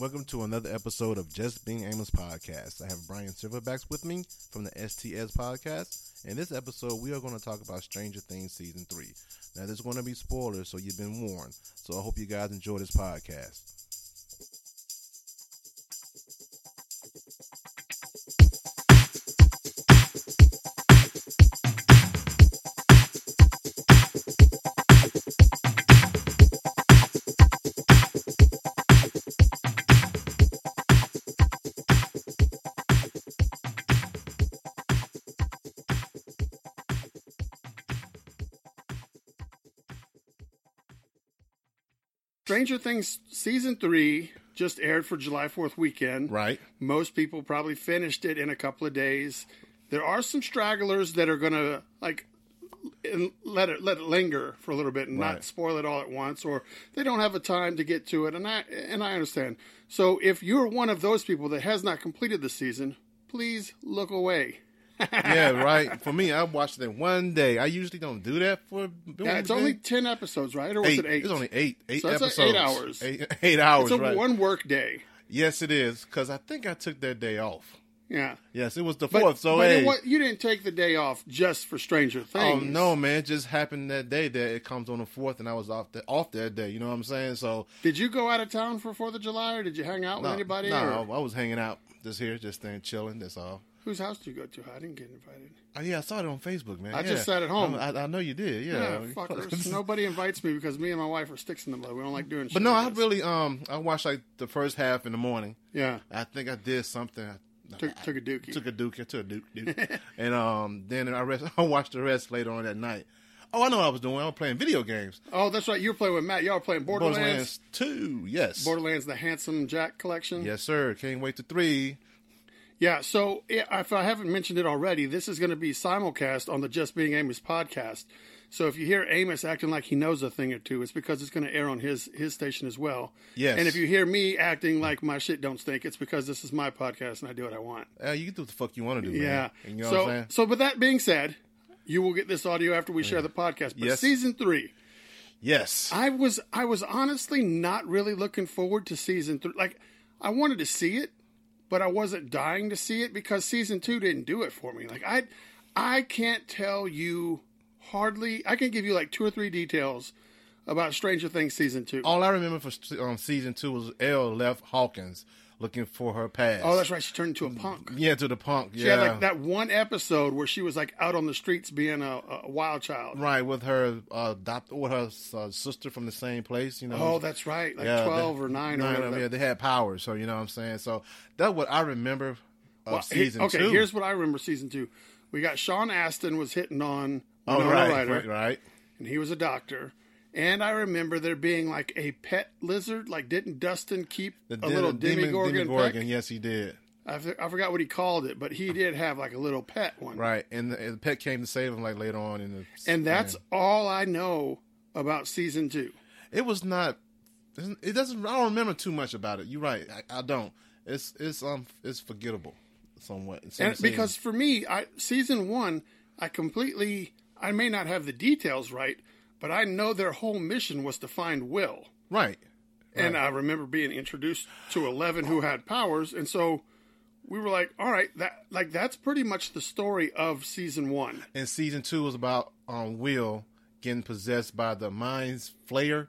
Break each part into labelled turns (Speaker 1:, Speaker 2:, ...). Speaker 1: Welcome to another episode of Just Being Amos podcast. I have Brian Silverbacks with me from the STS podcast. In this episode, we are going to talk about Stranger Things season three. Now, there's going to be spoilers, so you've been warned. So I hope you guys enjoy this podcast.
Speaker 2: Stranger Things season three just aired for July 4th weekend.
Speaker 1: Right.
Speaker 2: Most people probably finished it in a couple of days. There are some stragglers that are going to like and let it let it linger for a little bit and
Speaker 1: Right.
Speaker 2: not spoil it all at once or they don't have a time to get to it and I and I understand. So if you're one of those people that has not completed the season, please look away.
Speaker 1: Yeah, right. For me, I watched it in one day. I usually don't do that for.
Speaker 2: Yeah, it's only 10 episodes, right? Or was
Speaker 1: eight.
Speaker 2: it 8?
Speaker 1: It's only eight. Eight
Speaker 2: So it's like
Speaker 1: episodes.
Speaker 2: eight hours.
Speaker 1: Eight, eight hours.
Speaker 2: It's a
Speaker 1: right.
Speaker 2: one work day.
Speaker 1: yes, it is. Because I think I took that day off.
Speaker 2: Yeah.
Speaker 1: Yes, it was the
Speaker 2: But,
Speaker 1: fourth. so
Speaker 2: but it
Speaker 1: hey.
Speaker 2: wa- you didn't take the day off just for Stranger
Speaker 1: Oh
Speaker 2: Things.
Speaker 1: no, man! It just happened that day that it comes on the fourth, and I was off the, off that day. You know what I'm saying? So
Speaker 2: Did you go out of town for Fourth of July, or did you hang out with anybody?
Speaker 1: No,
Speaker 2: or-
Speaker 1: I was hanging out just here, just staying chilling. That's all.
Speaker 2: whose house did you go to? I didn't get invited.
Speaker 1: Oh yeah, I saw it on Facebook, man.
Speaker 2: I
Speaker 1: yeah.
Speaker 2: just sat at home.
Speaker 1: I, I know you did. Yeah,
Speaker 2: Yeah, fuckers. Nobody invites me because me and my wife are sticks in the mud. We don't like doing. shit
Speaker 1: But no,
Speaker 2: like
Speaker 1: I
Speaker 2: this.
Speaker 1: really um I watched like the first half in the morning.
Speaker 2: yeah
Speaker 1: I think I did something. I
Speaker 2: took took a dookie.
Speaker 1: took a duke, I took a duke, duke. and um then I rest. I watched the rest later on that night. Oh, I know what I was doing. I was playing video games.
Speaker 2: oh, that's right. You were playing with Matt. Y'all were playing Borderlands. Borderlands.
Speaker 1: Borderlands Two, yes,
Speaker 2: the Handsome Jack collection.
Speaker 1: yes, sir. Can't wait to three.
Speaker 2: Yeah, so i- if I haven't mentioned it already, this is going to be simulcast on the Just Being Amos podcast. So if you hear Amos acting like he knows a thing or two, it's because it's going to air on his his station as well.
Speaker 1: Yes.
Speaker 2: And if you hear me acting like my shit don't stink, it's because this is my podcast and I do what I want.
Speaker 1: Uh, you can do what the fuck you want to do,
Speaker 2: Yeah.
Speaker 1: man. You know
Speaker 2: so
Speaker 1: what I'm saying?
Speaker 2: so with that being said, you will get this audio after we share the podcast. But
Speaker 1: Yes.
Speaker 2: season 3,
Speaker 1: Yes.
Speaker 2: I was I was honestly not really looking forward to season three. Like I wanted to see it, but I wasn't dying to see it because season two didn't do it for me. Like I I can't tell you hardly I can give you like two or three details about Stranger Things season two. Oh,
Speaker 1: All I remember for um, season two was Elle left Hawkins looking for her past.
Speaker 2: Oh, that's right, she turned into a punk.
Speaker 1: yeah, to the punk.
Speaker 2: She
Speaker 1: yeah,
Speaker 2: had like that one episode where she was like out on the streets being a, a wild child.
Speaker 1: right with her uh, adopt with her uh, sister from the same place. You know.
Speaker 2: Oh, that's right, like
Speaker 1: Yeah,
Speaker 2: twelve
Speaker 1: they-
Speaker 2: or nine, or
Speaker 1: nine
Speaker 2: whatever.
Speaker 1: yeah, they had powers, so you know what I'm saying. So that's what I remember of
Speaker 2: Well, he-
Speaker 1: season
Speaker 2: okay,
Speaker 1: two.
Speaker 2: here's what I remember season two. We got Sean Astin was hitting on
Speaker 1: oh,
Speaker 2: Winona
Speaker 1: right,
Speaker 2: Ryder,
Speaker 1: right, right.
Speaker 2: and he was a doctor. And I remember there being like a pet lizard. Like, didn't Dustin keep
Speaker 1: The
Speaker 2: a little
Speaker 1: demon-
Speaker 2: demigorgon?
Speaker 1: Demogorgon,
Speaker 2: Pet?
Speaker 1: yes, he did.
Speaker 2: I, for- I forgot what he called it, but he did have like a little pet one.
Speaker 1: Right, and the, and the pet came to save him like later on in the.
Speaker 2: And that's all I know about season two.
Speaker 1: it was not it doesn't i don't remember too much about it you're right i, I don't it's it's um it's forgettable somewhat in some
Speaker 2: And
Speaker 1: scenes.
Speaker 2: because for me, I season one, I completely, I may not have the details right, but I know their whole mission was to find Will.
Speaker 1: right
Speaker 2: And I remember being introduced to Eleven, who had powers, and so we were like, "All right, that like that's pretty much the story of season one."
Speaker 1: and season two was about um will getting possessed by the mind's flayer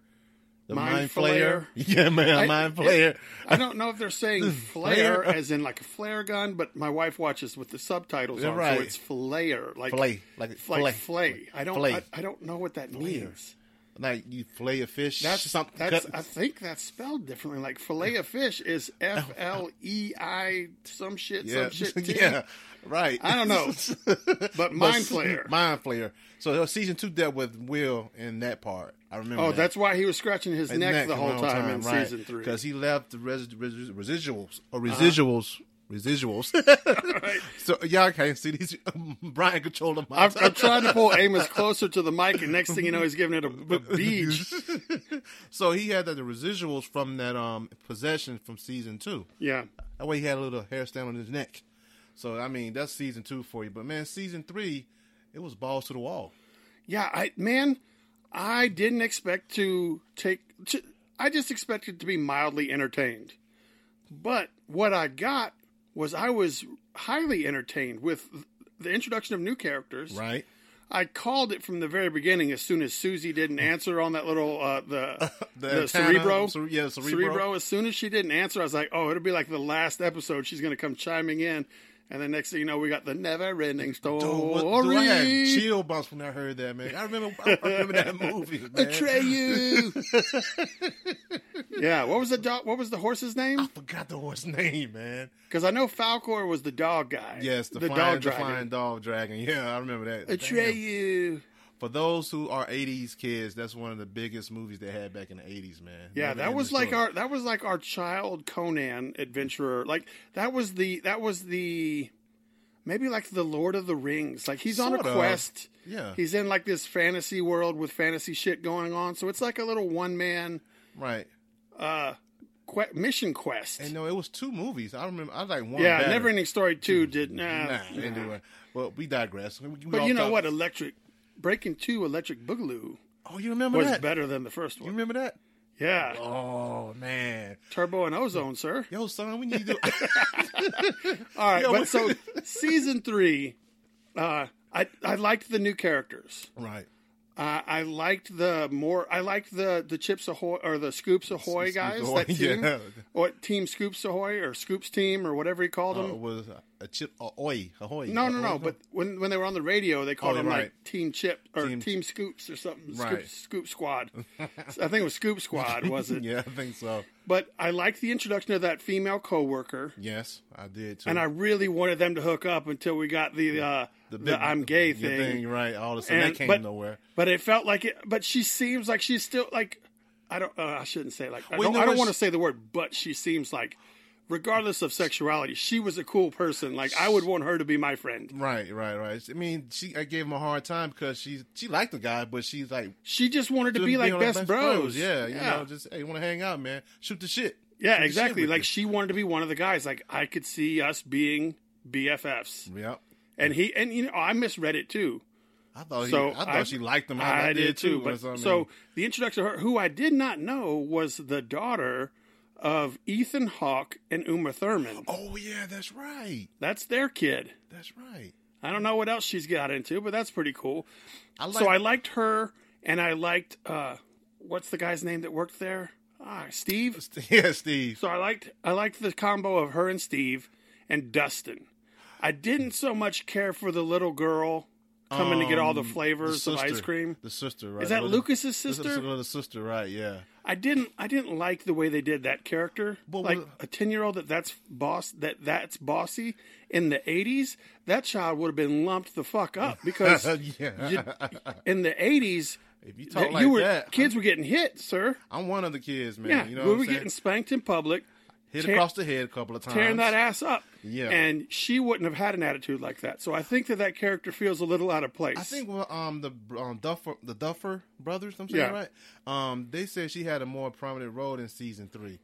Speaker 1: the
Speaker 2: Mind
Speaker 1: flayer yeah man mind flayer
Speaker 2: I don't know if they're saying
Speaker 1: flare.
Speaker 2: flare as in like a flare gun, but my wife watches with the subtitles on,
Speaker 1: right.
Speaker 2: so it's flare, like
Speaker 1: Flay, like flay.
Speaker 2: like flay. I don't,
Speaker 1: Flay.
Speaker 2: I, I don't know what that means.
Speaker 1: like you fillet a fish
Speaker 2: That's
Speaker 1: something
Speaker 2: That's
Speaker 1: cut- Oh.
Speaker 2: I think that's spelled differently. Like fillet of fish is F L E I some shit,
Speaker 1: yeah
Speaker 2: some shit. T.
Speaker 1: yeah right
Speaker 2: I don't know, but mind flare.
Speaker 1: mind flayer so uh, season two dealt with will in that part i remember
Speaker 2: Oh,
Speaker 1: that.
Speaker 2: that's why he was scratching his neck, the whole time, in season three. Uh-huh.
Speaker 1: because he left the res- res- residuals or residuals. Residuals. so y'all can't see these. Brian controlled the mic.
Speaker 2: I'm, I'm trying to pull Amos closer to the mic, and next thing you know, he's giving it a, a beach.
Speaker 1: so he had the, the residuals from that um possession from season two.
Speaker 2: Yeah,
Speaker 1: That way he had a little hair stand on his neck. So I mean that's season two for you. But man, season three, it was balls to the wall.
Speaker 2: yeah. I man, I didn't expect to take. To, I just expected to be mildly entertained. But what I got was I was highly entertained with the introduction of new characters.
Speaker 1: Right.
Speaker 2: I called it from the very beginning. As soon as Susie didn't answer on that little uh, the
Speaker 1: The
Speaker 2: the
Speaker 1: antenna,
Speaker 2: cerebro,
Speaker 1: cere- yeah, the cerebro.
Speaker 2: As soon as she didn't answer, I was like, "Oh, it'll be like the last episode. She's going to come chiming in." And then next thing you know, we got the never-ending story.
Speaker 1: Dude, what, dude, I had chill bumps when I heard that, man. I remember, I remember that movie, man.
Speaker 2: you. yeah, what was the dog? What was the horse's
Speaker 1: I
Speaker 2: name?
Speaker 1: forgot the horse name, man.
Speaker 2: Because I know Falcor was the dog guy.
Speaker 1: Yes, the, flying, the flying dog dragon. Yeah, I remember that. Damn.
Speaker 2: Atreyu.
Speaker 1: For those who are '80s kids, that's one of the biggest movies they had back in the '80s, man.
Speaker 2: Yeah,
Speaker 1: Never
Speaker 2: that
Speaker 1: ending
Speaker 2: was like
Speaker 1: story.
Speaker 2: our that was like our child Conan adventurer. Like that was the that was the maybe like the Lord of the Rings. Like he's on
Speaker 1: Sort
Speaker 2: a
Speaker 1: of.
Speaker 2: quest.
Speaker 1: Yeah.
Speaker 2: He's in like this fantasy world with fantasy shit going on. So it's like a little one man
Speaker 1: right.
Speaker 2: que- mission quest.
Speaker 1: And no, it was two movies. I remember. I was like one.
Speaker 2: yeah,
Speaker 1: better.
Speaker 2: Never Ending Story two did nah,
Speaker 1: Nah,
Speaker 2: nah.
Speaker 1: anyway. Well, we digress. We- we
Speaker 2: But
Speaker 1: all
Speaker 2: you know
Speaker 1: talk-
Speaker 2: what? Electric Breaking Two, Electric Boogaloo
Speaker 1: Oh, you remember
Speaker 2: was
Speaker 1: that?
Speaker 2: better than the first
Speaker 1: You
Speaker 2: one.
Speaker 1: remember that?
Speaker 2: Yeah,
Speaker 1: Oh man,
Speaker 2: Turbo and Ozone, sir.
Speaker 1: yo, son, we need to.
Speaker 2: All right,
Speaker 1: Yo,
Speaker 2: but
Speaker 1: what-
Speaker 2: so season three, uh, I I liked the new characters.
Speaker 1: right.
Speaker 2: Uh, I liked the more. I liked the the Chips Ahoy or the Scoops Ahoy
Speaker 1: Scoops
Speaker 2: guys.
Speaker 1: Ahoy,
Speaker 2: that team,
Speaker 1: yeah.
Speaker 2: or Team Scoops Ahoy or Scoops Team or whatever he called
Speaker 1: Uh,
Speaker 2: them.
Speaker 1: it was a chip. Uh, oi, ahoy.
Speaker 2: no, no,
Speaker 1: Ahoy,
Speaker 2: no. But when when they were on the radio, they called
Speaker 1: Oh,
Speaker 2: them
Speaker 1: right.
Speaker 2: like Team Chip or Team,
Speaker 1: Team-
Speaker 2: Scoops or something.
Speaker 1: Right.
Speaker 2: Scoop, Scoop Squad. I think it was Scoop Squad, was it?
Speaker 1: yeah, I think so.
Speaker 2: But I liked the introduction of that female coworker.
Speaker 1: Yes, I did too.
Speaker 2: And I really wanted them to hook up until we got the uh, the,
Speaker 1: big-
Speaker 2: I'm gay
Speaker 1: your
Speaker 2: thing.
Speaker 1: right? All of a sudden,
Speaker 2: And-
Speaker 1: that came
Speaker 2: but-
Speaker 1: nowhere.
Speaker 2: But it felt like it. But she seems like she's still like. I don't. Uh, I shouldn't say like. I
Speaker 1: Well,
Speaker 2: don't,
Speaker 1: no,
Speaker 2: I don't
Speaker 1: it's-
Speaker 2: want to say the word. But she seems like, regardless of sexuality, she was a cool person. Like I would want her to be my friend.
Speaker 1: Right, right, right. I mean, she. I gave him a hard time because she she liked the guy, but she's like
Speaker 2: She just wanted to be
Speaker 1: "Dude,
Speaker 2: like
Speaker 1: on
Speaker 2: best, bros.
Speaker 1: Yeah, you
Speaker 2: yeah,
Speaker 1: know, just hey, you want to hang out, man? Shoot the shit. Shoot the
Speaker 2: Yeah,
Speaker 1: shit
Speaker 2: exactly.
Speaker 1: with
Speaker 2: Like
Speaker 1: you.
Speaker 2: she wanted to be one of the guys. Like I could see us being BFFs.
Speaker 1: Yep.
Speaker 2: And he and you know I misread it too.
Speaker 1: I thought he,
Speaker 2: So
Speaker 1: I thought
Speaker 2: I-
Speaker 1: she liked him.
Speaker 2: I, did too.
Speaker 1: or
Speaker 2: But
Speaker 1: something.
Speaker 2: so the introduction of her, who I did not know, was the daughter of Ethan Hawke and Uma Thurman.
Speaker 1: oh yeah, that's right.
Speaker 2: That's their kid.
Speaker 1: That's right.
Speaker 2: I don't know what else she's got into, but that's pretty cool.
Speaker 1: I like.
Speaker 2: so I liked her, and I liked uh, what's the guy's name that worked there? Ah, Steve.
Speaker 1: yeah, Steve.
Speaker 2: So I liked I liked the combo of her and Steve and Dustin. I didn't so much care for the little girl coming to get all the
Speaker 1: Um,
Speaker 2: flavors
Speaker 1: the
Speaker 2: of ice
Speaker 1: sister.
Speaker 2: cream.
Speaker 1: The sister, right?
Speaker 2: Is that
Speaker 1: Little-
Speaker 2: Lucas's
Speaker 1: this is
Speaker 2: sister?
Speaker 1: Little sister, right? Yeah.
Speaker 2: I didn't I didn't like the way they did that character.
Speaker 1: But
Speaker 2: like
Speaker 1: what-
Speaker 2: a ten year old that that's boss that that's bossy in the eighties, that child would have been lumped the fuck up because
Speaker 1: Uh, yeah.
Speaker 2: you- in the eighties
Speaker 1: if you talk
Speaker 2: you
Speaker 1: like
Speaker 2: were
Speaker 1: that,
Speaker 2: kids were getting hit, sir.
Speaker 1: I'm one of the kids, man.
Speaker 2: Yeah,
Speaker 1: you know what
Speaker 2: we were
Speaker 1: I'm saying?
Speaker 2: getting spanked in public,
Speaker 1: Hit
Speaker 2: tear-
Speaker 1: across the head a couple of times.
Speaker 2: tearing that ass up.
Speaker 1: Yeah.
Speaker 2: and she wouldn't have had an attitude like that. So I think that that character feels a little out of place.
Speaker 1: I think well, um the um, Duffer the Duffer brothers, I'm saying
Speaker 2: Yeah.
Speaker 1: right. Um, they said she had a more prominent role in season three,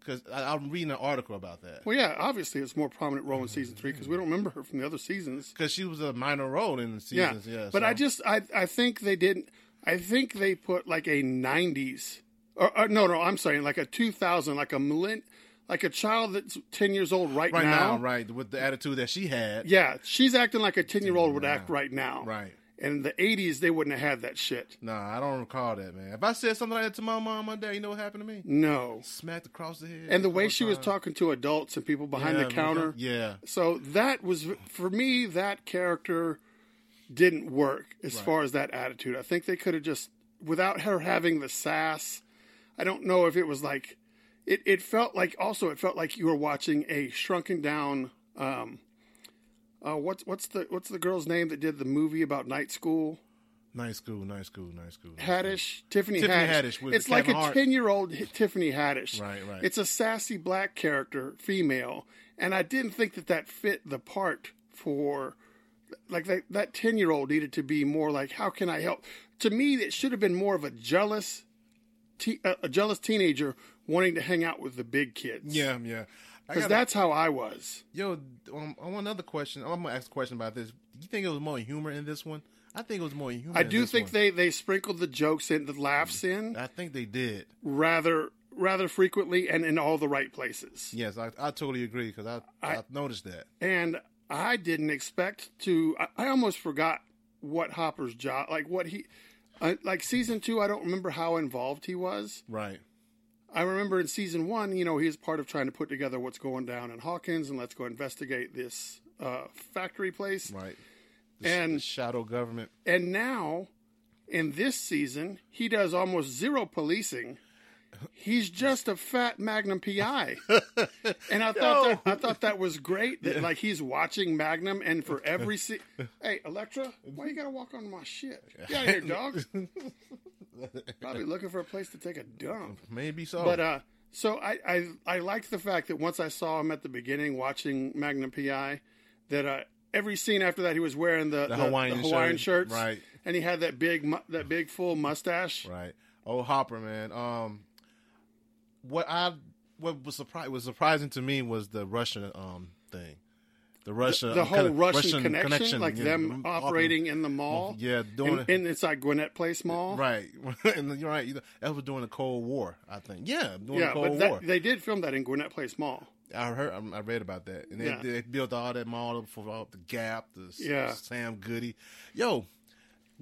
Speaker 1: because I'm reading an article about that.
Speaker 2: Well, yeah, obviously it's a more prominent role in season three because we don't remember her from the other seasons.
Speaker 1: Because she was a minor role in the seasons. Yeah,
Speaker 2: But
Speaker 1: so-
Speaker 2: I just I I think they didn't. I think they put like a '90s or, or no no I'm sorry like a 2000 like a millenn like a child that's 10 years old right,
Speaker 1: right
Speaker 2: now.
Speaker 1: now, right with the attitude that she had.
Speaker 2: Yeah, she's acting like a 10 year old would act right now.
Speaker 1: Right.
Speaker 2: In the 80s, they wouldn't have had that shit.
Speaker 1: Nah, I don't recall that, man. If I said something like that to my mom one day, you know what happened to me?
Speaker 2: No.
Speaker 1: Smacked across the head.
Speaker 2: And the
Speaker 1: a
Speaker 2: way
Speaker 1: couple
Speaker 2: she was
Speaker 1: times.
Speaker 2: talking to adults and people behind
Speaker 1: Yeah,
Speaker 2: the
Speaker 1: man,
Speaker 2: counter.
Speaker 1: Yeah.
Speaker 2: So that was for me that character didn't work as far as that attitude. I think they could have just without her having the sass. I don't know if it was like it it felt like also it felt like you were watching a shrunken down um uh what's what's the what's the girl's name that did the movie about night school?
Speaker 1: Nice school, nice school, nice school.
Speaker 2: Haddish, Tiffany,
Speaker 1: Tiffany
Speaker 2: Haddish.
Speaker 1: Haddish with
Speaker 2: it's like
Speaker 1: Kevin
Speaker 2: a
Speaker 1: Hart.
Speaker 2: ten-year-old H- Tiffany Haddish.
Speaker 1: Right, right.
Speaker 2: It's a sassy black character, female, and I didn't think that that fit the part for, like that that ten-year-old needed to be more like, how can I help? To me, it should have been more of a jealous, te- a a jealous teenager wanting to hang out with the big kids.
Speaker 1: Yeah, yeah. I
Speaker 2: because
Speaker 1: got
Speaker 2: that's how I was.
Speaker 1: yo. Um, I want another question. I'm gonna ask a question about this. Do you think it was more humor in this one? I think it was more humor.
Speaker 2: I
Speaker 1: in
Speaker 2: do
Speaker 1: this
Speaker 2: think
Speaker 1: one.
Speaker 2: they they sprinkled the jokes and the laughs in
Speaker 1: I think they did.
Speaker 2: rather rather frequently and in all the right places.
Speaker 1: Yes, I, I totally agree because I, I,
Speaker 2: I-
Speaker 1: noticed that.
Speaker 2: And I didn't expect to. I, I almost forgot what Hopper's job, like what he, uh, like season two. I don't remember how involved he was.
Speaker 1: Right.
Speaker 2: I remember in season one, you know, he was part of trying to put together what's going down in Hawkins and let's go investigate this uh, factory place.
Speaker 1: Right. The sh-
Speaker 2: And-
Speaker 1: the shadow government.
Speaker 2: And now, in this season, he does almost zero policing. He's just a fat Magnum PI, and I thought that, I thought that was great. That like he's watching Magnum, and for every se- hey Electra, why you gotta walk on my shit? Get out of here, dog. Probably looking for a place to take a dump.
Speaker 1: Maybe so.
Speaker 2: But uh, so I, I I liked the fact that once I saw him at the beginning watching Magnum PI, that uh, every scene after that he was wearing the, the- the
Speaker 1: Hawaiian
Speaker 2: Hawaiian,
Speaker 1: shirt,
Speaker 2: shirts,
Speaker 1: right.
Speaker 2: And he had that big mu- that big full mustache.
Speaker 1: right. Oh, Hopper, man. Um, what I what was surprised was surprising to me was the Russian um thing. The Russia,
Speaker 2: The
Speaker 1: um,
Speaker 2: whole
Speaker 1: kinda-
Speaker 2: Russian, connection, like
Speaker 1: yeah,
Speaker 2: them
Speaker 1: mm,
Speaker 2: operating in the mall,
Speaker 1: Yeah, doing
Speaker 2: and,
Speaker 1: it.
Speaker 2: and it's like Gwinnett Place Mall,
Speaker 1: Right, and you're right. You know, that was during the Cold War, I think. Yeah, during
Speaker 2: Yeah,
Speaker 1: the Cold
Speaker 2: but that,
Speaker 1: War.
Speaker 2: they did film that in Gwinnett Place Mall.
Speaker 1: I heard, I read about that, and they,
Speaker 2: Yeah.
Speaker 1: they built all that model for all the Gap, the S-
Speaker 2: Yeah.
Speaker 1: Sam Goody. Yo,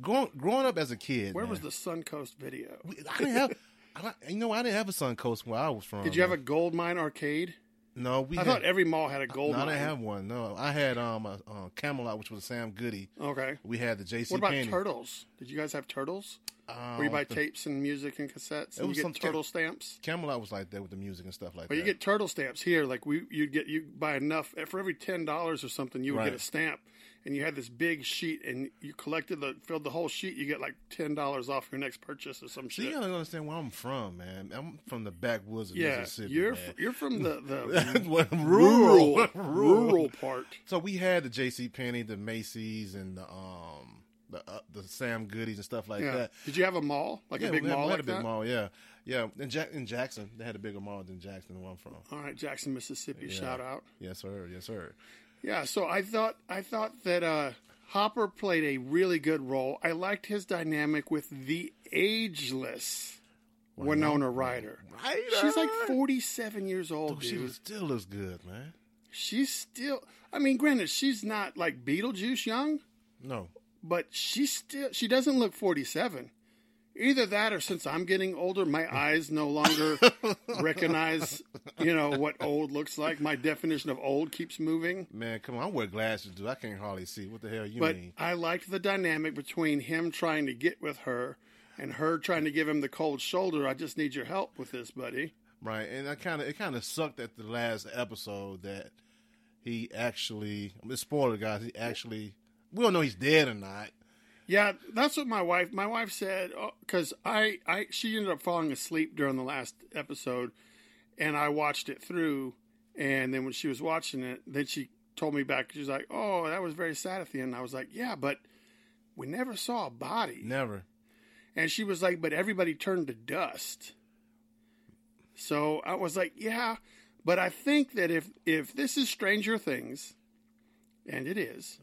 Speaker 1: growing growing up as a kid,
Speaker 2: Where
Speaker 1: man,
Speaker 2: was the Suncoast video?
Speaker 1: I didn't have. I, don't- you know, I didn't have a Suncoast where I was from.
Speaker 2: Did you have a gold mine arcade?
Speaker 1: a? No, we.
Speaker 2: I
Speaker 1: had,
Speaker 2: thought every mall had a gold
Speaker 1: no, I
Speaker 2: mine.
Speaker 1: didn't have one. No, I had um a, uh, Camelot, which was Sam Goody.
Speaker 2: okay.
Speaker 1: We had the J.C.
Speaker 2: What about
Speaker 1: Penney. Um,
Speaker 2: turtles? Did you guys have turtles? Where you buy tapes and music and cassettes and
Speaker 1: Oh, was
Speaker 2: you get
Speaker 1: some kind-
Speaker 2: turtle stamps?
Speaker 1: Camelot was like that with the music and stuff like
Speaker 2: But
Speaker 1: that.
Speaker 2: you get turtle stamps here. Like we, you'd get you buy enough eh, for every ten dollars or something, you would
Speaker 1: Right.
Speaker 2: get a stamp, and you had this big sheet, and you collected the filled the whole sheet. You get like ten dollars off your next purchase or some
Speaker 1: See, you
Speaker 2: shit.
Speaker 1: don't understand where I'm from, man. I'm from the backwoods of
Speaker 2: Yeah,
Speaker 1: Mississippi.
Speaker 2: you're
Speaker 1: man.
Speaker 2: f- you're from the, the
Speaker 1: rural,
Speaker 2: rural rural part.
Speaker 1: So we had the J.C. Penney, the Macy's, and the um the uh, the Sam Goodies and stuff like
Speaker 2: Yeah.
Speaker 1: that.
Speaker 2: Did you have a mall like
Speaker 1: yeah,
Speaker 2: a big
Speaker 1: we had,
Speaker 2: mall
Speaker 1: we had
Speaker 2: like
Speaker 1: a big
Speaker 2: that?
Speaker 1: mall. Yeah, yeah. And Jack in Jackson, they had a bigger mall than Jackson, where I'm from.
Speaker 2: All right, Jackson, Mississippi. Shout out.
Speaker 1: Yes, sir. Yes, sir.
Speaker 2: Yeah, so I thought I thought that uh, Hopper played a really good role. I liked his dynamic with the ageless Winona Ryder.
Speaker 1: Right.
Speaker 2: She's like 47 years old,
Speaker 1: Oh, She
Speaker 2: dude.
Speaker 1: was, still looks good, man.
Speaker 2: She's still I mean, granted, she's not like Beetlejuice young,
Speaker 1: No,
Speaker 2: but she still she doesn't look 47. Either that or since I'm getting older, my eyes no longer recognize, you know, what old looks like. My definition of old keeps moving.
Speaker 1: man. Come on, I wear glasses, dude. I can't hardly see. What the hell you
Speaker 2: But
Speaker 1: mean?
Speaker 2: I liked the dynamic between him trying to get with her and her trying to give him the cold shoulder. I just need your help with this, buddy.
Speaker 1: Right. And I kind of it kind of sucked at the last episode that he actually. I mean, spoiler, guys. He actually. We don't know he's dead or not.
Speaker 2: Yeah, that's what my wife. My wife said because I, I, she ended up falling asleep during the last episode, and I watched it through. And then when she was watching it, then she told me back. She was like, "Oh, that was very sad at the end." I was like, "Yeah, but we never saw a body."
Speaker 1: Never.
Speaker 2: And she was like, but everybody turned to dust. So I was like, yeah, but I think that if if this is Stranger Things, and it is,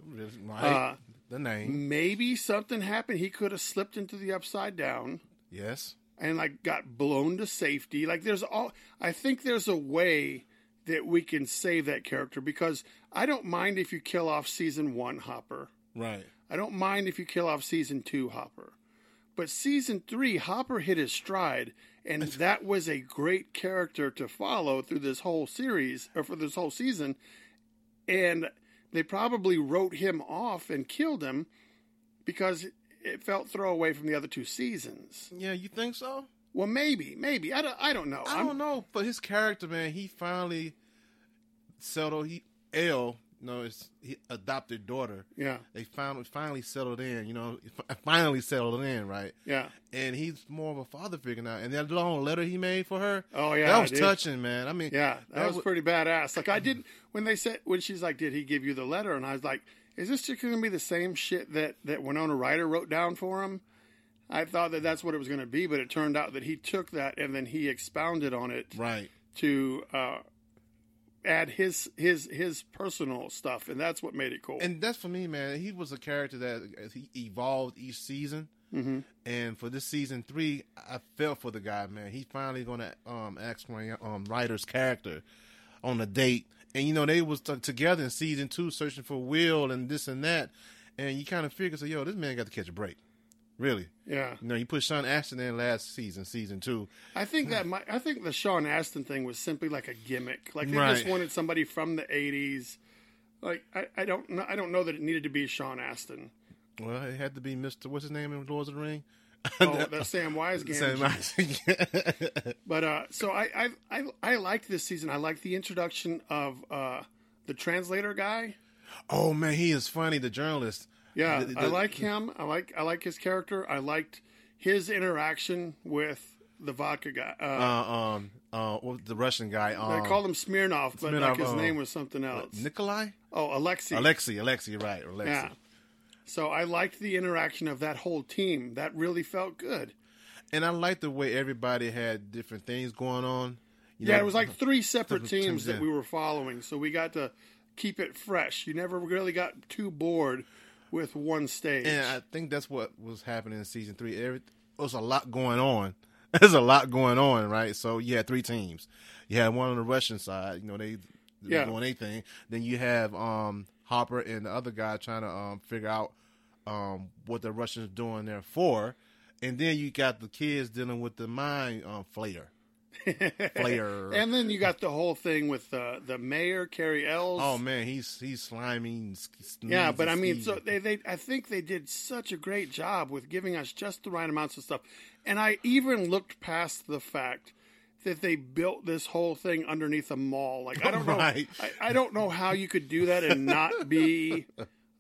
Speaker 1: Right.
Speaker 2: Uh,
Speaker 1: the name.
Speaker 2: maybe something happened. He could have slipped into the upside down
Speaker 1: Yes.
Speaker 2: and like got blown to safety. Like there's all I think there's a way that we can save that character because I don't mind if you kill off season 1 Hopper.
Speaker 1: Right.
Speaker 2: I don't mind if you kill off season two, Hopper. But season three, Hopper hit his stride, and that was a great character to follow through this whole series or for this whole season. And they probably wrote him off and killed him because it felt throwaway from the other two seasons.
Speaker 1: Yeah, you think so?
Speaker 2: Well, maybe, maybe. I don't, I don't know.
Speaker 1: I
Speaker 2: I'm-
Speaker 1: don't know, but his character, man, he finally settled. He L, no, it's he adopted daughter.
Speaker 2: Yeah,
Speaker 1: They finally finally settled in. You know, f- finally settled in, right?
Speaker 2: yeah.
Speaker 1: And he's more of a father figure now. And that long letter he made for her,
Speaker 2: Oh, yeah,
Speaker 1: that was
Speaker 2: dude.
Speaker 1: touching, man. I mean,
Speaker 2: Yeah, that, was,
Speaker 1: wa-
Speaker 2: pretty badass. Like I didn't when they said when she's like, "Did he give you the letter?" and I was like, "Is this just going to be the same shit that that Winona Ryder wrote down for him?" I thought that that's what it was going to be, but it turned out that he took that and then he expounded on it
Speaker 1: right.
Speaker 2: to uh, add his his his personal stuff, and that's what made it cool.
Speaker 1: And that's for me, man. He was a character that as he evolved each season.
Speaker 2: Mm-hmm.
Speaker 1: And for this season three, I felt for the guy, man. He's finally gonna um ask my um writer's character on a date, and you know they was t- together in season two, searching for Will and this and that, and you kind of figure, so yo, this man got to catch a break, really.
Speaker 2: Yeah.
Speaker 1: You know, you put Sean Ashton in last season, season two.
Speaker 2: I think that might, I think the Sean Astin thing was simply like a gimmick. Like they just
Speaker 1: Right.
Speaker 2: wanted somebody from the '80s. Like I, I don't know, I don't know that it needed to be Sean Astin.
Speaker 1: Well, it had to be Mister. What's his name in Lords of the Ring?
Speaker 2: Oh, that's Sam
Speaker 1: Sam
Speaker 2: Wise
Speaker 1: Ashton.
Speaker 2: But uh, so I, I I I liked this season. I liked the introduction of uh, the translator guy.
Speaker 1: oh man, he is funny. The journalist.
Speaker 2: Yeah,
Speaker 1: The-
Speaker 2: I
Speaker 1: the-
Speaker 2: like him. I like I like his character. I liked his interaction with the vodka guy. Uh,
Speaker 1: Uh, um, uh, what was the Russian guy. Um,
Speaker 2: I called him Smirnov, but
Speaker 1: Smirnov,
Speaker 2: like his
Speaker 1: uh,
Speaker 2: name was something else.
Speaker 1: Nikolai.
Speaker 2: oh, Alexei.
Speaker 1: Alexi, Alexi, right, Alexi.
Speaker 2: Yeah. So I liked the interaction of that whole team. That really felt good.
Speaker 1: And I like the way everybody had different things going on. You
Speaker 2: Yeah,
Speaker 1: know,
Speaker 2: it was like three separate
Speaker 1: Separate
Speaker 2: teams
Speaker 1: teams,
Speaker 2: that
Speaker 1: yeah.
Speaker 2: we were following, so we got to keep it fresh. You never really got too bored with one stage.
Speaker 1: And I think that's what was happening in season three. Every, there's a lot going on. There's a lot going on, right? So you had three teams. You had one on the Russian side. You know they they
Speaker 2: Yeah.
Speaker 1: doing anything. Then you have um, Hopper and the other guy trying to um, figure out um, what the Russians doing there for. And then you got the kids dealing with the mind um, flayer. Flayer.
Speaker 2: and then you got the whole thing with the the mayor, Carrie Ells.
Speaker 1: Oh man, he's he's slimy. And sk- sneezes,
Speaker 2: Yeah, but I mean,
Speaker 1: skeezes.
Speaker 2: so they, they, I think they did such a great job with giving us just the right amounts of stuff. And I even looked past the fact that they built this whole thing underneath a mall. Like, I don't
Speaker 1: Right.
Speaker 2: know, I, I don't know how you could do that and not be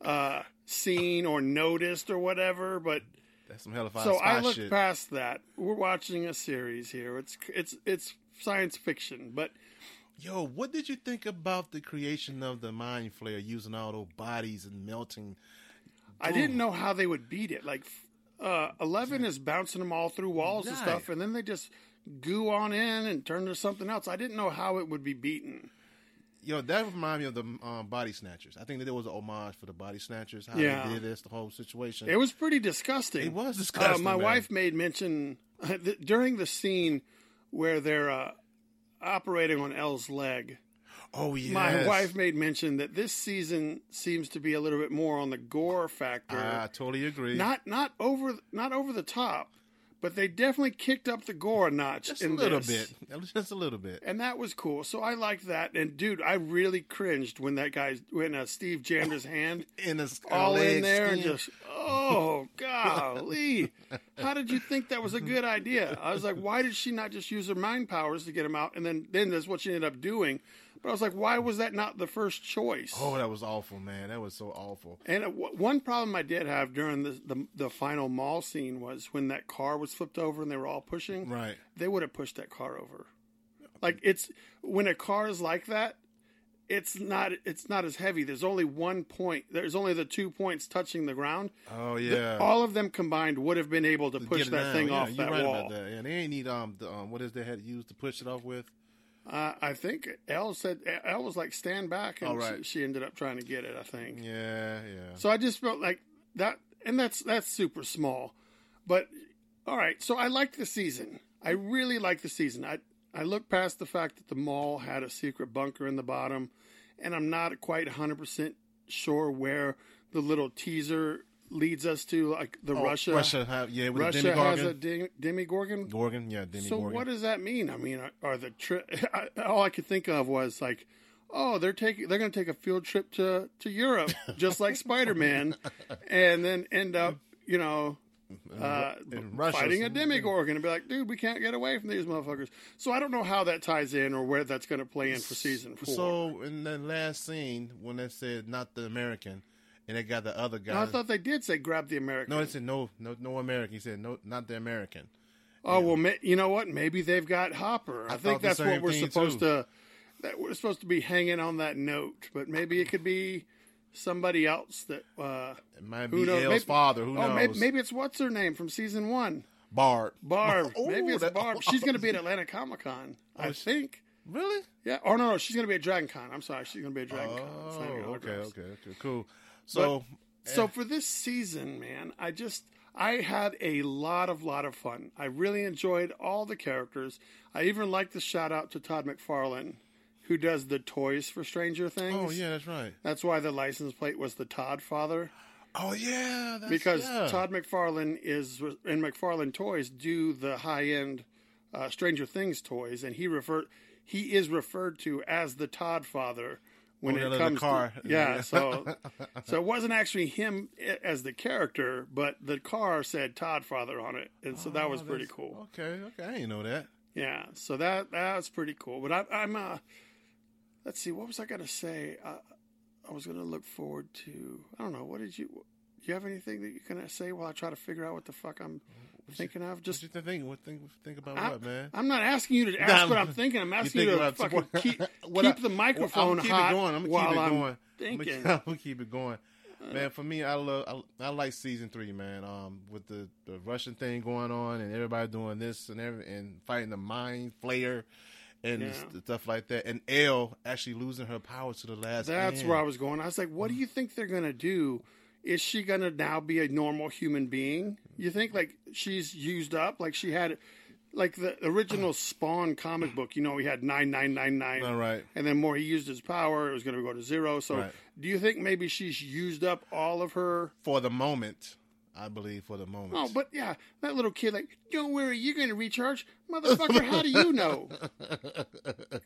Speaker 2: uh, seen or noticed or whatever. But
Speaker 1: that's some hellfire
Speaker 2: so
Speaker 1: spy
Speaker 2: I looked
Speaker 1: shit.
Speaker 2: past that. We're watching a series here. It's it's it's science fiction, but
Speaker 1: Yo, what did you think about the creation of the mind flare using all those bodies and melting?
Speaker 2: I didn't know how they would beat it. Like uh, Eleven is bouncing them all through walls and
Speaker 1: Right.
Speaker 2: stuff, and then they just goo on in and turn to something else. I didn't know how it would be beaten.
Speaker 1: Yo, that reminded me of the um, body snatchers. I think that there was an homage for the body snatchers. How
Speaker 2: Yeah.
Speaker 1: they did this, the whole situation.
Speaker 2: It was pretty disgusting.
Speaker 1: It was
Speaker 2: Uh,
Speaker 1: disgusting.
Speaker 2: my
Speaker 1: man.
Speaker 2: wife made mention that during the scene where they're uh, operating on Elle's leg.
Speaker 1: Oh yeah.
Speaker 2: My wife made mention that this season seems to be a little bit more on the gore factor.
Speaker 1: Ah, I totally agree.
Speaker 2: not not over not over the top, but they definitely kicked up the gore a notch
Speaker 1: just a
Speaker 2: in
Speaker 1: little
Speaker 2: this.
Speaker 1: bit. Just a little bit.
Speaker 2: and that was cool. So I liked that. And dude, I really cringed when that guy when uh, Steve jammed his hand
Speaker 1: In a skull
Speaker 2: all in
Speaker 1: leg
Speaker 2: there and
Speaker 1: skin.
Speaker 2: just oh golly, how did you think that was a good idea? I was like, why did she not just use her mind powers to get him out? And then then that's what she ended up doing. But I was like, why was that not the first choice?
Speaker 1: Oh, that was awful, man. That was so awful.
Speaker 2: And uh, w- one problem I did have during the, the the final mall scene was when that car was flipped over and they were all pushing.
Speaker 1: Right.
Speaker 2: They would have pushed that car over. Like it's when a car is like that, it's not it's not as heavy. There's only one point. There's only the two points touching the ground.
Speaker 1: Oh yeah.
Speaker 2: All of them combined would have been able to push
Speaker 1: Get it
Speaker 2: that
Speaker 1: down.
Speaker 2: thing
Speaker 1: yeah,
Speaker 2: off
Speaker 1: you're
Speaker 2: that
Speaker 1: right
Speaker 2: wall.
Speaker 1: About that. Yeah, they ain't need um, the, um what is they had used to push it off with.
Speaker 2: Uh, I think Elle said Elle was like stand back, and
Speaker 1: All right.
Speaker 2: she, she ended up trying to get it. I think.
Speaker 1: Yeah, yeah.
Speaker 2: So I just felt like that, and that's that's super small. But all right, so I liked the season. I really liked the season. I I looked past the fact that the mall had a secret bunker in the bottom, and I'm not quite 100 percent sure where the little teaser leads us to, like the
Speaker 1: Oh,
Speaker 2: Russia.
Speaker 1: Russia, have, yeah, with
Speaker 2: Russia
Speaker 1: the
Speaker 2: has a
Speaker 1: Demigorgon.
Speaker 2: demi- demigorgon.
Speaker 1: Gorgon, yeah, Demigorgon.
Speaker 2: So what does that mean? I mean, are, are the trip? All I could think of was like, oh, they're taking they're going to take a field trip to to Europe, just like Spider Man, and then end up, you know, uh,
Speaker 1: in Russia.
Speaker 2: fighting a demigorgon and be like, dude, we can't get away from these motherfuckers. So I don't know how that ties in or where that's going to play in for season four.
Speaker 1: So in the last scene, when they said not the American, and they got the other guy.
Speaker 2: I thought they did say grab the American.
Speaker 1: no, they said no, no, no American. He said no, not the American.
Speaker 2: Oh well, ma- you know what? Maybe they've got Hopper. I, think
Speaker 1: thought the
Speaker 2: that's what
Speaker 1: same
Speaker 2: we're
Speaker 1: thing,
Speaker 2: supposed
Speaker 1: too.
Speaker 2: to. That we're supposed to be hanging on that note, but maybe it could be somebody else that. Uh,
Speaker 1: It might
Speaker 2: who
Speaker 1: be
Speaker 2: knows?
Speaker 1: Elle's
Speaker 2: Maybe-
Speaker 1: father. Who
Speaker 2: oh,
Speaker 1: knows?
Speaker 2: Maybe, maybe it's what's her name from season one,
Speaker 1: Barb.
Speaker 2: Barb.
Speaker 1: Oh,
Speaker 2: maybe it's
Speaker 1: that- Oh,
Speaker 2: Barb. She's going to be at Atlanta Comic Con, I think.
Speaker 1: Really?
Speaker 2: Yeah. Oh no, no, she's going to be at Dragon Con. I'm sorry, she's going to be at Dragon Con.
Speaker 1: Oh,
Speaker 2: signing
Speaker 1: okay,
Speaker 2: autographs.
Speaker 1: okay, okay, cool. So
Speaker 2: So for this season, man, I just I had a lot of lot of fun. I really enjoyed all the characters. I even liked the shout out to Todd McFarlane, who does the toys for Stranger Things.
Speaker 1: Oh yeah, that's right.
Speaker 2: That's why the license plate was the Todd Father
Speaker 1: Oh yeah, that's,
Speaker 2: because
Speaker 1: yeah.
Speaker 2: Todd McFarlane is and McFarlane Toys do the high end uh, Stranger Things toys, and he refer he is referred to as the Todd Father when
Speaker 1: Oh, yeah,
Speaker 2: it
Speaker 1: the
Speaker 2: comes to-
Speaker 1: car.
Speaker 2: yeah, so so it wasn't actually him i- as the character, but the car said Todd Father on it, and so that was
Speaker 1: Oh,
Speaker 2: pretty
Speaker 1: that's-
Speaker 2: cool.
Speaker 1: Okay, okay, I didn't know that.
Speaker 2: Yeah, so that that's pretty cool. But I, I'm uh, let's see, what was I gonna say? I, I was gonna look forward to. I don't know. What did you? You have anything that you can say while I try to figure out what the fuck I'm thinking of? Just
Speaker 1: Just the thing. What think? Think about
Speaker 2: I,
Speaker 1: what, man?
Speaker 2: I'm not asking you to ask
Speaker 1: I'm-
Speaker 2: what I'm thinking. I'm asking you,
Speaker 1: thinking
Speaker 2: to
Speaker 1: about
Speaker 2: fucking
Speaker 1: support-
Speaker 2: keep,
Speaker 1: What I-
Speaker 2: keep the
Speaker 1: well,
Speaker 2: microphone
Speaker 1: I'ma keep
Speaker 2: hot
Speaker 1: it going. I'm gonna
Speaker 2: while
Speaker 1: keep it
Speaker 2: I'm
Speaker 1: going.
Speaker 2: thinking. Uh.
Speaker 1: I'm gonna keep it going. Man, for me, I love I, I like season three, man. Um, with the, the Russian thing going on and everybody doing this and every, and fighting the mind flayer and
Speaker 2: Yeah.
Speaker 1: st- stuff like that. And Elle actually losing her power to the last.
Speaker 2: That's
Speaker 1: man.
Speaker 2: where I was going. I was like, what do you think they're going to do? Is she going to now be a normal human being? You think like she's used up? Like she had, like the original Spawn comic book, you know, we had
Speaker 1: All
Speaker 2: 9999.
Speaker 1: right.
Speaker 2: And then more he used his power, it was going to go to zero. So
Speaker 1: Right.
Speaker 2: do you think maybe she's used up all of her?
Speaker 1: For the moment, I believe for the moment.
Speaker 2: Oh, but yeah, that little kid, like, don't worry, you're going to recharge. Motherfucker, how do you know?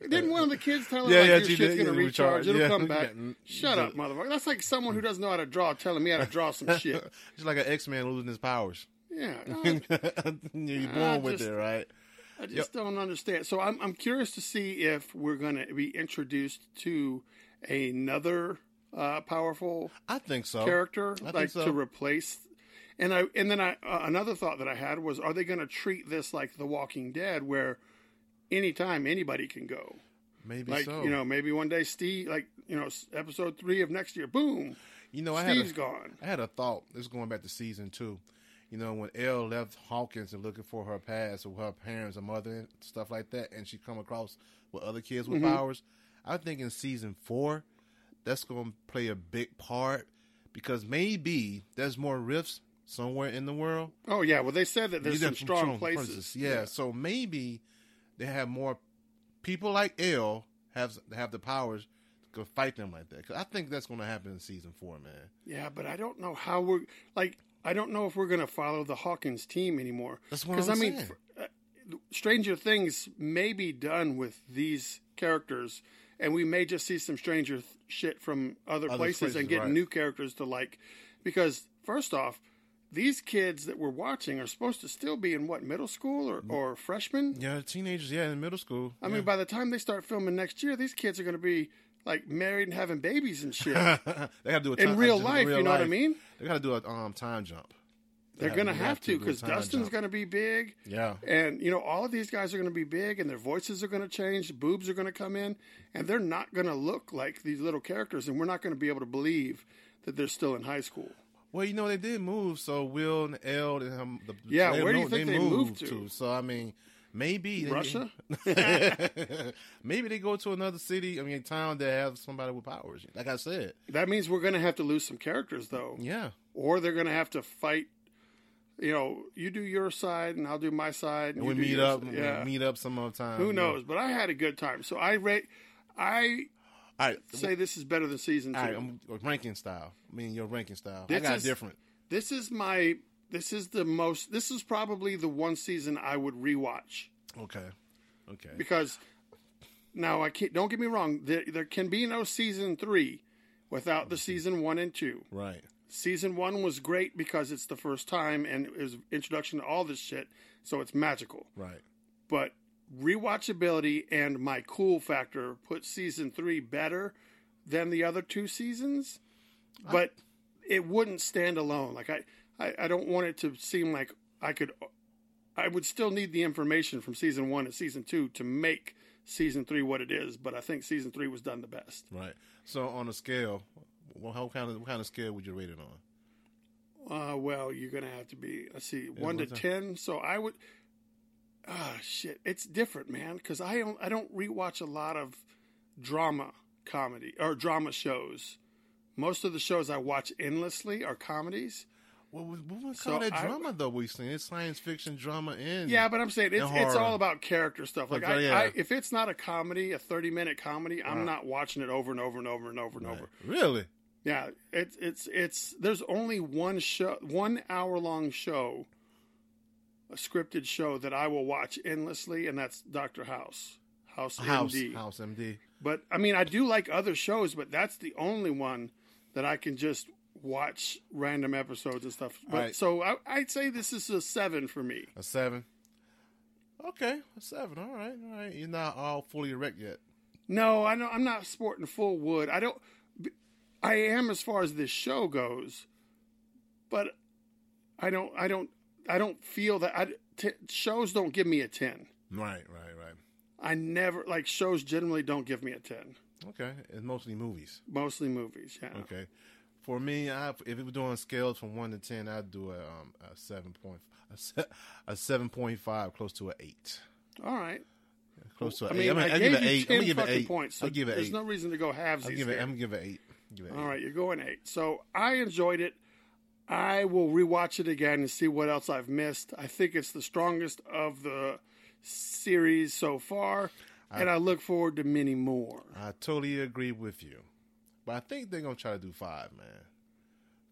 Speaker 2: Didn't one of the kids tell him,
Speaker 1: Yeah,
Speaker 2: like,
Speaker 1: yeah,
Speaker 2: your
Speaker 1: she
Speaker 2: shit's
Speaker 1: did.
Speaker 2: going to
Speaker 1: Yeah, recharge.
Speaker 2: recharge? It'll
Speaker 1: Yeah.
Speaker 2: come back.
Speaker 1: Yeah. mm,
Speaker 2: Shut up, motherfucker. That's like someone who doesn't know how to draw telling me how to draw some shit.
Speaker 1: it's like an X Man losing his powers.
Speaker 2: Yeah.
Speaker 1: You're
Speaker 2: no, I
Speaker 1: born with
Speaker 2: just-
Speaker 1: it, right?
Speaker 2: I just don't understand. So I'm, I'm curious to see if we're going to be introduced to another uh, powerful
Speaker 1: Oh, I think so.
Speaker 2: character,
Speaker 1: think
Speaker 2: like
Speaker 1: so.
Speaker 2: to replace. And I and then I uh, another thought that I had was, are they going to treat this like The Walking Dead, where anytime anybody can go?
Speaker 1: Maybe
Speaker 2: Like
Speaker 1: so.
Speaker 2: you know, maybe one day Steve, like you know, s- episode three of next year, boom,
Speaker 1: You know, I had a,
Speaker 2: Steve's gone.
Speaker 1: I had a thought. This is going back to season two. You know, when Elle left Hawkins and looking for her past with her parents and mother and stuff like that, and she come across with other kids with
Speaker 2: Mm-hmm.
Speaker 1: powers. I think in season four, that's going to play a big part because maybe there's more rifts somewhere in the world.
Speaker 2: Oh yeah, well they said that there's
Speaker 1: You
Speaker 2: some
Speaker 1: got
Speaker 2: strong, places.
Speaker 1: Yeah, so maybe they have more people like Elle have have the powers to fight them like that. 'Cause I think that's going to happen in season four, man.
Speaker 2: yeah, but I don't know how we're like. I don't know if we're going to follow the Hawkins team anymore.
Speaker 1: That's what
Speaker 2: 'Cause,
Speaker 1: I'm
Speaker 2: I mean,
Speaker 1: saying.
Speaker 2: f- uh, Stranger Things may be done with these characters, and we may just see some Stranger th- shit from other,
Speaker 1: Other
Speaker 2: places,
Speaker 1: places,
Speaker 2: and get
Speaker 1: right.
Speaker 2: new characters to like. Because first off, these kids that we're watching are supposed to still be in what middle school or, or freshmen.
Speaker 1: Yeah, teenagers. Mm. Yeah, in middle school.
Speaker 2: I mean, by the time they start filming next year, these kids are going to be like married and having babies and shit.
Speaker 1: they got to do a time,
Speaker 2: in real
Speaker 1: just
Speaker 2: life,
Speaker 1: real
Speaker 2: you know what I
Speaker 1: life.
Speaker 2: mean?
Speaker 1: They got to do a um time jump.
Speaker 2: They're
Speaker 1: have-
Speaker 2: going to
Speaker 1: they
Speaker 2: have to
Speaker 1: do a
Speaker 2: because
Speaker 1: time
Speaker 2: Dustin's
Speaker 1: jump.
Speaker 2: going to be big.
Speaker 1: Yeah,
Speaker 2: And, you know, all of these guys are going to be big and their voices are going to change. Boobs are going to come in and they're not going to look like these little characters. And we're not going to be able to believe that they're still in high school.
Speaker 1: Well, you know they did move. So Will and L and him, the,
Speaker 2: Yeah,
Speaker 1: they
Speaker 2: where do you
Speaker 1: mo-
Speaker 2: think they moved to?
Speaker 1: So I mean, maybe they-
Speaker 2: Russia?
Speaker 1: maybe they go to another city. I mean, town that have somebody with powers. Like I said,
Speaker 2: That means we're going to have to lose some characters, though.
Speaker 1: yeah,
Speaker 2: Or they're going to have to fight. You know, you do your side and I'll do my side. And
Speaker 1: we
Speaker 2: you do
Speaker 1: meet
Speaker 2: your
Speaker 1: up.
Speaker 2: side.
Speaker 1: we meet up some other time.
Speaker 2: Who
Speaker 1: yeah.
Speaker 2: knows? But I had a good time. So I rate. I
Speaker 1: All right,
Speaker 2: say this is better than season two.
Speaker 1: all right. I'm ranking style. I mean, your ranking style. I
Speaker 2: This
Speaker 1: got
Speaker 2: is-
Speaker 1: different.
Speaker 2: this is my. This is the most. This is probably the one season I would rewatch
Speaker 1: Okay, okay.
Speaker 2: because now I can't. Don't get me wrong. There, there can be no season three without the season one and two.
Speaker 1: Right.
Speaker 2: Season one was great because it's the first time and it was introduction to all this shit, so it's magical.
Speaker 1: Right.
Speaker 2: but rewatchability and my cool factor put season three better than the other two seasons, but it wouldn't stand alone. Like I, I, I don't want it to seem like I could. I would still need the information from season one and season two to make season three what it is. But I think season three was done the best.
Speaker 1: Right. So on a scale, well, how kind of what kind of scale would you rate it on?
Speaker 2: Uh, well, you're gonna have to be. Let's see, one to
Speaker 1: what's that?
Speaker 2: ten. So I would. Ah, shit, it's different, man. Because I don't, I don't rewatch a lot of drama comedy or drama shows. Most of the shows I watch endlessly are comedies.
Speaker 1: What was what was
Speaker 2: So
Speaker 1: all that
Speaker 2: I-
Speaker 1: drama though we seen? It's science fiction drama and
Speaker 2: Yeah, but I'm saying it's
Speaker 1: And
Speaker 2: it's
Speaker 1: horror.
Speaker 2: all about character stuff. Like
Speaker 1: Okay,
Speaker 2: I,
Speaker 1: uh, yeah. Uh-huh.
Speaker 2: I, if it's not a comedy, a 30 minute comedy, I'm not watching it over and over and over and over and over.
Speaker 1: really.
Speaker 2: Yeah, it's it's it's there's only one show, one hour long show, a scripted show that I will watch endlessly, and that's Doctor House, House,
Speaker 1: House
Speaker 2: MD.
Speaker 1: House MD.
Speaker 2: But I mean, I do like other shows, but that's the only one that I can just watch random episodes and stuff. But
Speaker 1: Alright.
Speaker 2: so I, I'd say this is a seven for me.
Speaker 1: A seven. Okay, a seven. All right, all right. You're not all fully erect yet.
Speaker 2: No, I don't, I'm not sporting full wood. I don't. b- I am as far as this show goes, but I don't. I don't. I don't feel that. I t- shows don't give me a ten.
Speaker 1: Right, right, right.
Speaker 2: I never like shows. Generally, don't give me a ten.
Speaker 1: Okay, it's mostly movies.
Speaker 2: Mostly movies. Yeah.
Speaker 1: Okay, for me, I, if it was doing scales from one to ten, I'd do a, um, a seven point a, se- a seven point five, close to an eight,
Speaker 2: All right.
Speaker 1: close to
Speaker 2: I
Speaker 1: an
Speaker 2: mean,
Speaker 1: eight.
Speaker 2: I,
Speaker 1: I'm gonna- I'll
Speaker 2: gave
Speaker 1: give it
Speaker 2: you
Speaker 1: eight. I'm
Speaker 2: ten
Speaker 1: gonna give it
Speaker 2: fucking
Speaker 1: eight.
Speaker 2: points. So
Speaker 1: I'll give it
Speaker 2: there's
Speaker 1: eight.
Speaker 2: no reason to go halves.
Speaker 1: I'll give it. I'm gonna give it eight. Give it eight.
Speaker 2: All right, you're going eight. So I enjoyed it. I will rewatch it again and see what else I've missed. I think it's the strongest of the series so far, and I look forward to many more.
Speaker 1: I totally agree with you, but I think they're gonna try to do five, man.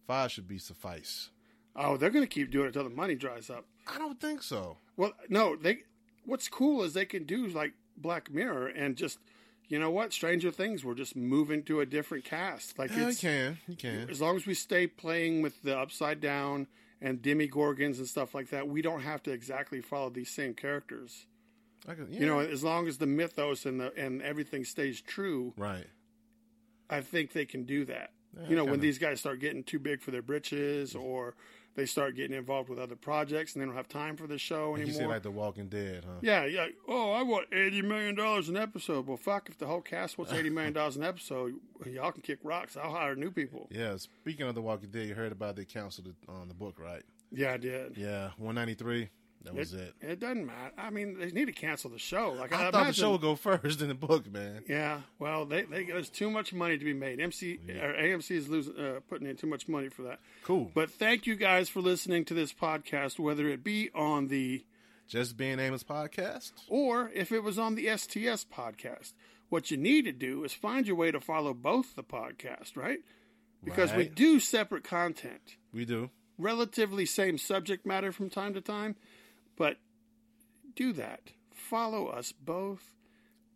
Speaker 1: Five should be suffice.
Speaker 2: Oh, they're going to keep doing it until the money dries up.
Speaker 1: I don't think so.
Speaker 2: Well, no, they. What's cool is they can do like Black Mirror and just, you know what, Stranger Things. We're just moving to a different cast. Like
Speaker 1: Yeah, you
Speaker 2: it's
Speaker 1: can. You can.
Speaker 2: as long as we stay playing with the upside down and demigorgons and stuff like that, we don't have to exactly follow these same characters.
Speaker 1: I can
Speaker 2: You know, as long as the mythos and the and everything stays true,
Speaker 1: Right.
Speaker 2: I think they can do that.
Speaker 1: Yeah,
Speaker 2: you know, when
Speaker 1: kinda.
Speaker 2: these guys start getting too big for their britches or they start getting involved with other projects and they don't have time for the show
Speaker 1: You say
Speaker 2: anymore.
Speaker 1: like The Walking Dead, huh?
Speaker 2: yeah, yeah. Oh, I want eighty million dollars an episode. Well, fuck! If the whole cast wants eighty million dollars an episode, y'all can kick rocks. I'll hire new people.
Speaker 1: Yeah. Speaking of The Walking Dead, you heard about they canceled it on the book, right?
Speaker 2: Yeah, I did.
Speaker 1: Yeah, one ninety three. That was it.
Speaker 2: It doesn't matter. I mean, they need to cancel the show. Like
Speaker 1: I
Speaker 2: I,
Speaker 1: thought the
Speaker 2: imagine-
Speaker 1: show would go first in the book, man.
Speaker 2: Yeah, well, they, they there's too much money to be made. MC or AMC is losing, uh, putting in too much money for that.
Speaker 1: Cool.
Speaker 2: But thank you guys for listening to this podcast, whether it be on the
Speaker 1: Just being Amos podcast.
Speaker 2: or if it was on the STS podcast. What you need to do is find your way to follow both the podcast, right? Because we
Speaker 1: Right.
Speaker 2: do separate content.
Speaker 1: We do.
Speaker 2: relatively same subject matter from time to time, but do that. Follow us both.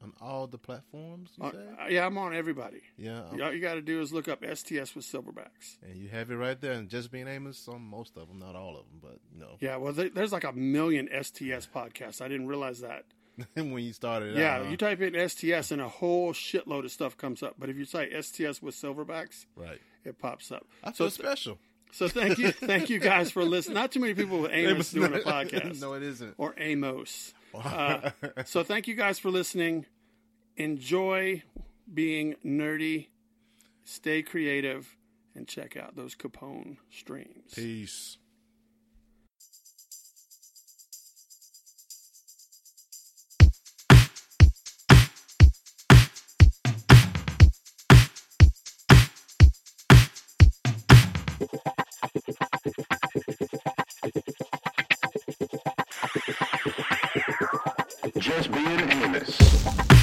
Speaker 1: On all the platforms, you
Speaker 2: Uh,
Speaker 1: say?
Speaker 2: yeah, I'm on everybody.
Speaker 1: Yeah. um,
Speaker 2: All you got to do is look up STS with Silverbacks.
Speaker 1: And you have it right there. And Just Being Amos on most of them, not all of them, but you know,
Speaker 2: Yeah, well, there, there's like a million STS podcasts. I didn't realize that.
Speaker 1: when you started
Speaker 2: Yeah,
Speaker 1: out.
Speaker 2: you type in STS and a whole shitload of stuff comes up. But if you type STS with Silverbacks,
Speaker 1: right.
Speaker 2: it pops up.
Speaker 1: I
Speaker 2: So,
Speaker 1: feel special.
Speaker 2: so thank you, thank you guys for listening. Not too many people with Amos doing a podcast.
Speaker 1: no, it isn't.
Speaker 2: or Amos. Uh, so thank you guys for listening. Enjoy being nerdy, stay creative, and check out those Capone streams.
Speaker 1: Peace.
Speaker 3: Just being Amos.